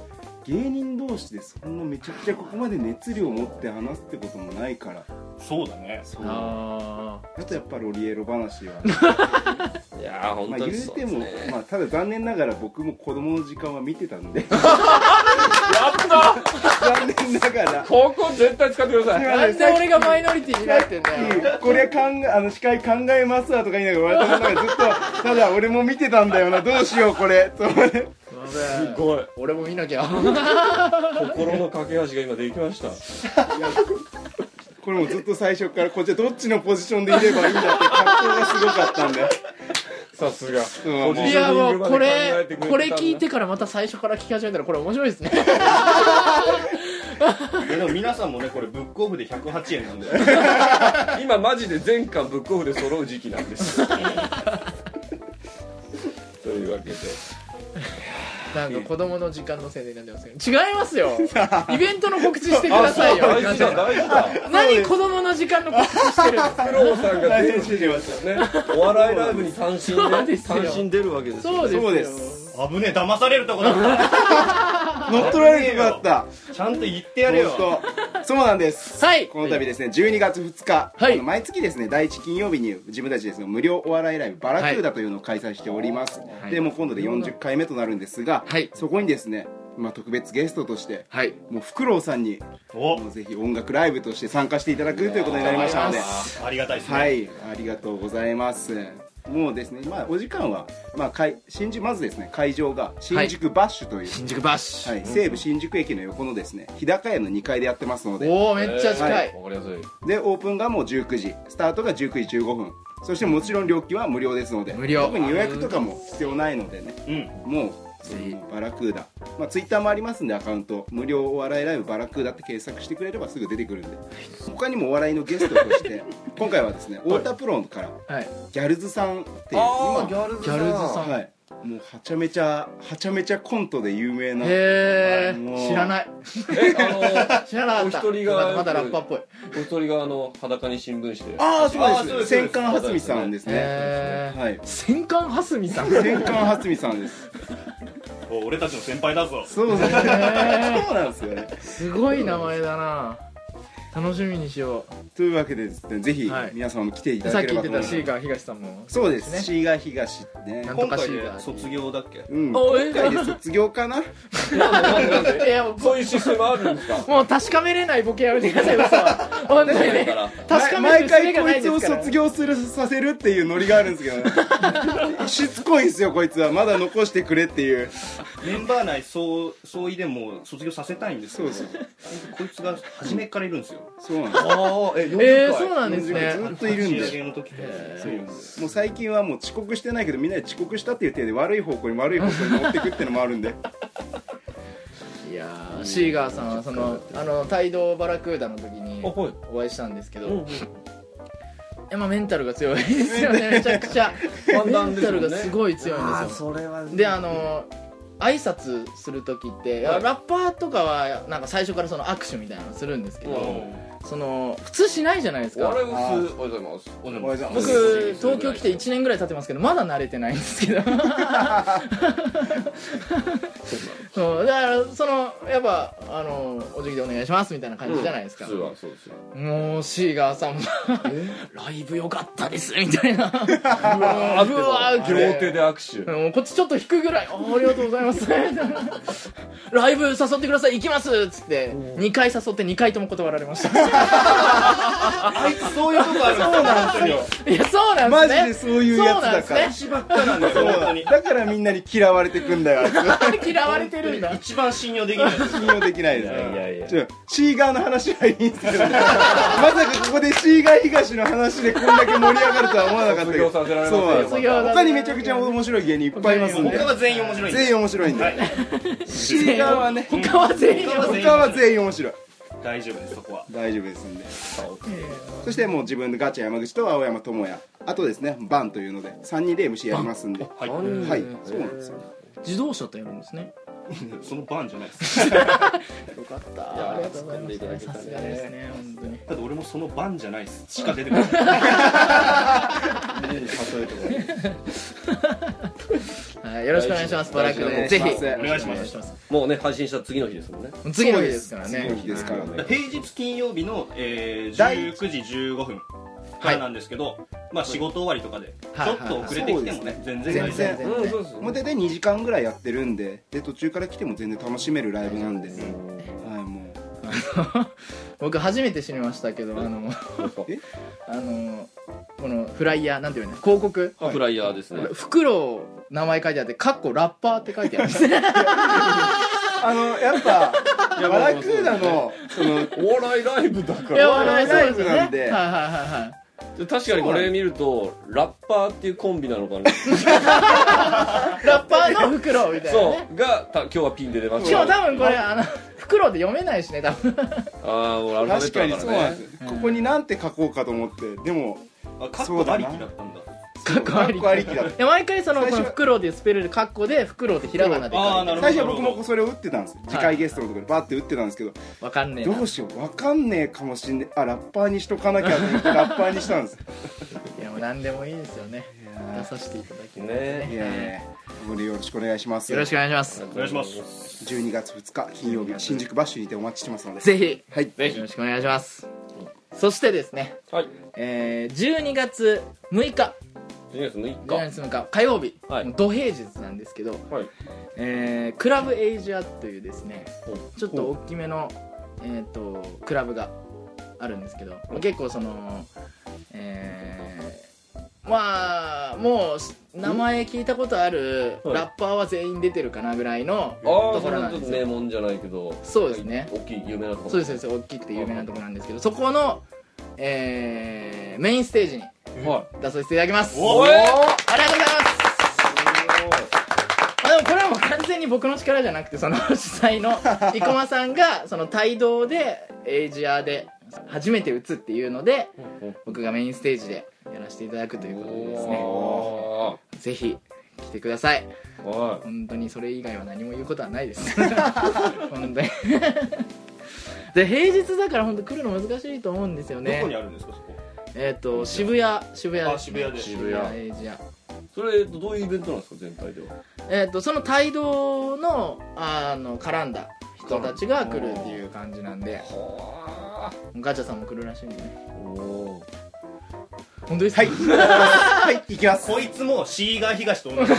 C: 芸人同士でそんなめちゃくちゃここまで熱量を持って話すってこともないから
D: そうだね
C: そうあ
A: あ
C: とやっぱロリエロ話は
B: いやー本
C: まあ
B: 当
C: 言
B: に
C: う
B: そう
C: て
B: です
C: も
B: ね、
C: まあただ残念ながら僕も子供の時間は見てたんで 残念ながら
B: ここ絶対使ってください
A: ーなんで俺がマイノリティになってんだよ
C: これ考えあの司会考えますわとか言いながら私の中でずっとただ俺も見てたんだよなどうしようこれと思って
A: す
B: ごい
A: 俺も見なきゃ
B: 心の架け橋が今できました
C: これもずっと最初からこっちはどっちのポジションでいればいいんだって葛藤がすごかったんで
B: さすが
C: うんも
A: いやもうこれこれ聞いてからまた最初から聞き始めたらこれ面白いですね
D: いやでも皆さんもねこれブックオフで108円なんで
B: 今マジで全巻ブックオフで揃う時期なんです というわけで
A: なんか子供の時間のせいでなんでますけど違います よイベントの告知してくださいよ
B: 大事だ大事だ
A: 何子供の時間の告知してるんですか
B: フローさんが出る
C: う知りました
B: ねお笑いライブに単身
A: そう
B: で
A: ですよ
B: 単身出るわけです
A: そう
B: よ
A: ですよ
C: そうです
D: 危ねえ騙されるとこだった
C: 乗っ取られてよかった
D: ちゃんと言ってやれよ
C: 本当そうなんです
A: はい
C: この度ですね12月2日、
A: はい
C: あの毎月ですね第1金曜日に自分たちですね無料お笑いライブバラクーダというのを開催しております、
A: い
C: でもう今度で40回目となるんですが、
A: はい
C: そこにですね、まあ、特別ゲストとして
A: はい
C: もうフクロウさんに
D: お
C: もうぜひ音楽ライブとして参加していただくということになりましたので
D: ありがたいですね
C: はい、ありがとうございます。もうですね、まあお時間は、まあ会新宿まずですね会場が新宿バッシュという、
A: 新宿バッシ
C: は
A: ュ、
C: い西武新宿駅の横のですね日高屋の2階でやってますので、
A: おおめっちゃ近い、
C: は
E: わかりやすい。
C: でオープンがもう19時、スタートが19時15分。そしてもちろん料金は無料ですので、
A: 無料
C: 特に予約とかも必要ないのでね、
D: うん
C: もう
A: ぜひ
C: もうバラクーダ、まあツイッターもありますんでアカウント無料お笑いライブバラクーダって検索してくれればすぐ出てくるんで、他にもお笑いのゲストとして 今回はですね太田プロから
A: はい、
C: ギャルズさんっていう
E: ギャルズ
A: ギャルズさん、
C: はいもうはちゃめちゃはちゃめちゃコントで有名な
A: へ
C: もう
A: え知らない
B: えあの
A: 知らなかった
B: お一人が
A: まだラッパーっぽいへ
B: お一人があの裸に新聞紙で
C: ああ
D: あー
C: そう
D: そう
C: で
D: ですす
C: 戦艦蓮見さんですね
A: え
C: はい
E: 戦艦はすみさん。
C: 戦艦蓮見さんです
D: お俺たちの先輩だぞ
C: そうですねそうなんですよね
A: すごい名前だな楽しみにしよ
C: というわけでですねぜひ
A: はい
C: 皆さんも来ていうた
A: さっ
C: だけ
A: き
C: れ
A: 言
C: ば
A: っ
C: と
A: て
C: 思い
A: た
C: ます
A: シーガー東さんも
C: そうです
A: ね
C: シーガー東ね
A: なんと
D: 今
A: かシ
D: 回
A: ー
D: で
A: ガー
D: 卒業だっけ
C: うん
A: あえ
C: 今回で卒業かな
A: いやもう
B: そういうシステムあるんですか
A: もう確かめれないボケやめてください嘘は本当に
B: ないか
A: ね
B: ら
A: 確かめる
C: 毎
A: 術
C: 回
A: が
C: こ
A: ない
C: いつ
A: で
C: を
A: すから
C: 卒業するさせるっていうノリがあるんですけど ねしつこいんですよこいつはまだ残してくれっていう
D: メンバー内総総意でも卒業させたいんですけど
C: そうそう
D: こいつが初めからいるんですよ
C: そうなんです
B: ああえ40回
A: えー、そうなんですね
C: ずっといるん
D: 打ち上
C: で
D: げの時から
C: もう最近はもう遅刻してないけどみんなで遅刻したっていう手で悪い方向に悪い方向に持ってくってのもあるんで
A: いやーシーガーさんはそのあの帯同バラクーダの時に
B: あはい
A: お会いしたんですけど、いやまあメンタルが強いですよねめちゃくちゃ
B: 判
A: メ
B: 断
A: ン
B: です
A: タ
B: もん
A: ル
B: ね
A: がすごい強いんですよ
B: れは
A: であの挨拶する時って、
B: はい
A: ラッパーとかはなんか最初からその握手みたいなのするんですけ
B: うん
A: ど、その普通しないじゃないですか
B: 我々は普通おはようございます
D: お
C: おはようございま
A: 僕
C: す
A: 東京来て1年ぐらい経ってますけどまだ慣れてないんです けどそうだからそのやっぱあのお辞儀でお願いしますみたいな感じじゃないですか、
B: 普通はそうですよ
A: もうシーガーさんもライブ良かったですみたいなうわーうわー
B: 両手で握手
A: もうこっちちょっと引くぐらい「あーありがとうございます」 ライブ誘ってください行きます」っつって2回誘って2回とも断られました
D: あいつそういうとこあるそうなんですよ
A: いやそうなんで
C: マ
A: す
C: ジ
A: ね
C: でそういうやつだ
A: そ
C: か
A: うなん
C: ら
A: ですね
D: 一ばっかなんです
C: そ
D: よ
C: う
D: 本当
C: だ
D: に
C: だからみんなに嫌われてくん だよあいつ
A: 嫌われてるんだ
D: 一番信用できないです
C: 信用できないですね
B: いやいや
C: ちょシーガーの話はいいんですけど まさかここでシーガー東の話でこんだけ盛り上がるとは思わなかったけど
B: 卒業させられませんよ
C: そうなんです
A: 卒業だね
C: 他にめちゃくちゃ面白い芸人いっぱいいますんで
D: 他は全員面白いんです
C: 全員面白いんで、
D: はい
C: シーガーはね
A: 他は全員
D: 他は全員
C: 他は全員面白い
D: 大丈夫ですそこは
C: 大丈夫ですんでそしてもう自分でガチャ山口と青山智也あとですねバンというので3人で MC やりますんでは
D: はい
B: 何
C: いそうなんですよ
A: 自動車とやるんですね
D: その番じゃないです
A: よかった
B: いやー
A: ありがとうございま
B: 掴んでいただけ
A: す
B: たね
A: さすがですね本当に
D: ただ俺もその番じゃないですしか出てこない
B: 誘えてもらえ
A: はいよろしくお願いしますバラク
B: お願
A: で
B: い
A: ぜ
B: し
A: ひ
B: ます
D: お願いしま
A: お願い
D: す
A: します
B: もうね配信した次の日ですもんね
A: 次の日ですから
C: 次の
A: ね
C: 日ですからね
D: 平日金曜日の、えー
C: 第
D: 19時15分からなんですけど、まあ仕事終わりとかで
A: はい
D: ちょっと遅れてきてもね、全然大丈
C: 全
D: 夫
C: 然
B: うんそうですよ
C: もう大体2時間ぐらいやってるんでで途中から来ても全然楽しめるライブなんで、はいも
A: 僕初めて知りましたけどあの
C: え
A: あのこのフライヤーなんていうの広告
B: フライヤーですね
A: 袋名前書いてあって「かっこラッパー」って書いてあるんですね
C: うあのやっぱ
B: や
C: バラクーダのその
B: お笑いライブだか
A: いや
B: ら
A: 笑いそうです
C: ライブな
A: よ
C: んで
A: ねはいはいはいはい
B: 確かにこれ見るとラッパーっていうコンビなのかな
A: ラッパーの袋みたいな
B: そ
A: ね
B: うがた今日はピンで出まし
A: しか
B: た
A: も多分これあの袋で読めないしね多分
B: ああもうアルファベッ
C: 確
B: ト
C: かに
B: だ
C: そ
B: か
C: うな
B: ら
C: ん
B: ね
C: です、ここになんて書こうかと思ってでも
D: あカッ
C: そう
D: コ
C: だ
D: あ
C: な
D: りきだったんだ
A: かっこ
C: か
A: あ
C: っ
A: り
C: こありきだった
A: いや毎回その
C: 最
A: こ
C: 初は
A: の袋でスペルでカッコで袋でひらがなで
D: あ
A: 書
D: あ
A: いて
D: な
A: る
D: るほ
C: 最
D: ど
C: 初は僕もそれを打ってたんですよ次回ゲストのところでバッて打ってたんですけど
A: わかんねえな
C: どうしようわかんねえかもしんねえあラッパーにしとかなきゃと思ってラッパーにしたんです
A: いやもうも何でもいいですよね出させていただきます
B: ね
C: いやいやこれよろしくお願いします
A: よろしくお願いします
D: お願いします
C: 12月2日金曜日新宿バッシュにてお待ちしてますので
A: ぜひ
C: はい
A: よろしくお願いしますそしてですね、
B: はい
A: えー、12月6日
B: 12月
A: 12
B: 6
A: 月6日火曜日、
B: はい
A: もう土平日なんですけど、
B: はい
A: えークラブエイジアというですね
B: ほう
A: ちょっと大きめの、えー、とクラブがあるんですけど、まあ結構そのえーまあもうす名前聞いたことある
B: はい
A: ラッパーは全員出てるかなぐらいの
B: あ
A: と
B: あ
A: こ
B: そ
A: ろ
B: れ
A: なん
B: はちょ
A: で
B: っと
A: すよ
B: 名門じゃないけど
A: そうですね
B: 大きい有名なとこ
A: そうですそうです大きくて有名なところなんですけどそこの、えーメインステージに
B: は
A: 出させていただきます
D: おー
A: ありがとうございますあでもこれはもう完全に僕の力じゃなくてその 主催の生駒さんがその帯同でエイジアで初めて打つっていうので
B: うん
A: 僕がメインステージでやらせていただくということでですね
B: お
A: ぜひ来てください
B: ーは
A: 本当にそれ以外は何も言うことはないです 本当に で平日だから本当来るの難しいと思うんですよ
D: どこに
A: ね
D: あるんですかそこ
A: えっ、と渋谷渋谷
D: あ渋谷で
A: 渋谷エイジア
B: いそれえっとどういうイベントなんですか全体では
A: えー、とその帯同のあの絡んだ人たちが来るっていう感じなんで
B: は
A: ガチャさんも来るらしいんでね
B: あお ー
A: 本当ですか
C: はいはい行きます
D: こいつもシーガー東と同じ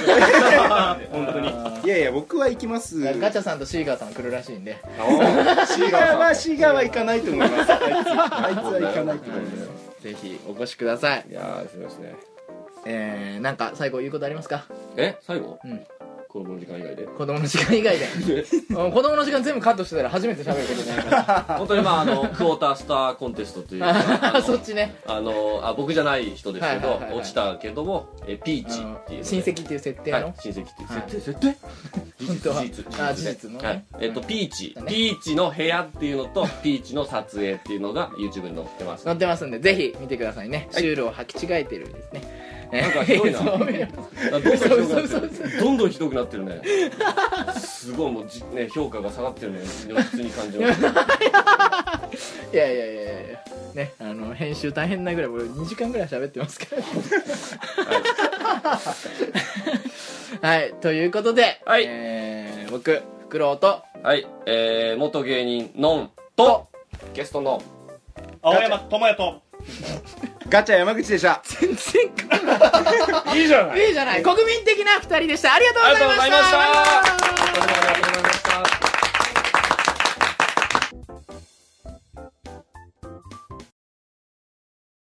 D: 本当に
A: あ
C: いやいや僕は行きます
A: ーガチャさんとシーガーさんも来るらしいんで
C: シーガーはシーガーは行かないと思いますあいつあいつは行かないと思います
A: ぜひお越しください
B: いやーすごいですね
A: えー、なんか最後言うことありますか
B: え最後
A: うん
B: 子供の時間以外で
A: 子供の時間以 外でうん子供の時間全部カットしてたら初めて喋ることになるか
B: 本当にまあ あのクォータースターコンテストというかあ
A: ら
B: の
A: そっちね
B: あのあ僕じゃない人ですけ
A: はい
B: ど
A: はいはいはい
B: 落ちたけどもえピー
A: あ
B: チ
A: の
B: っていうので
A: 親戚っていう設定
B: は
A: の、
B: い親戚っていう
A: はい
B: 設定設定
A: 本当はあ事実のね
B: はいえっと
A: うん
B: ピーチ
A: だね
B: ピーチの部屋っていうの とピーチの撮影っていうのが YouTube に載ってます
A: 載ってますんでぜひ見てくださいね、シュールを履き違えてるですね
B: なんかひど いな
A: 映像を見る
B: どんどんひどくな
A: 嘘嘘
B: ってるどんどんひどくなってるねすごいもうじね評価が下がってるね普通に感じます
A: いやいやいやいやねあの編集大変なぐらい僕2時間ぐらい喋ってますからはい、ということで、
B: はい
A: えー僕フクロウと
B: はいえー元芸人のんとゲストの
D: 青山智也と
C: ガチャ山口でした
A: 全然いいじゃないいいじゃない国民的な2人でしたありがとうございました
B: ありがとうございました
A: バイバイ
B: ありがとうございました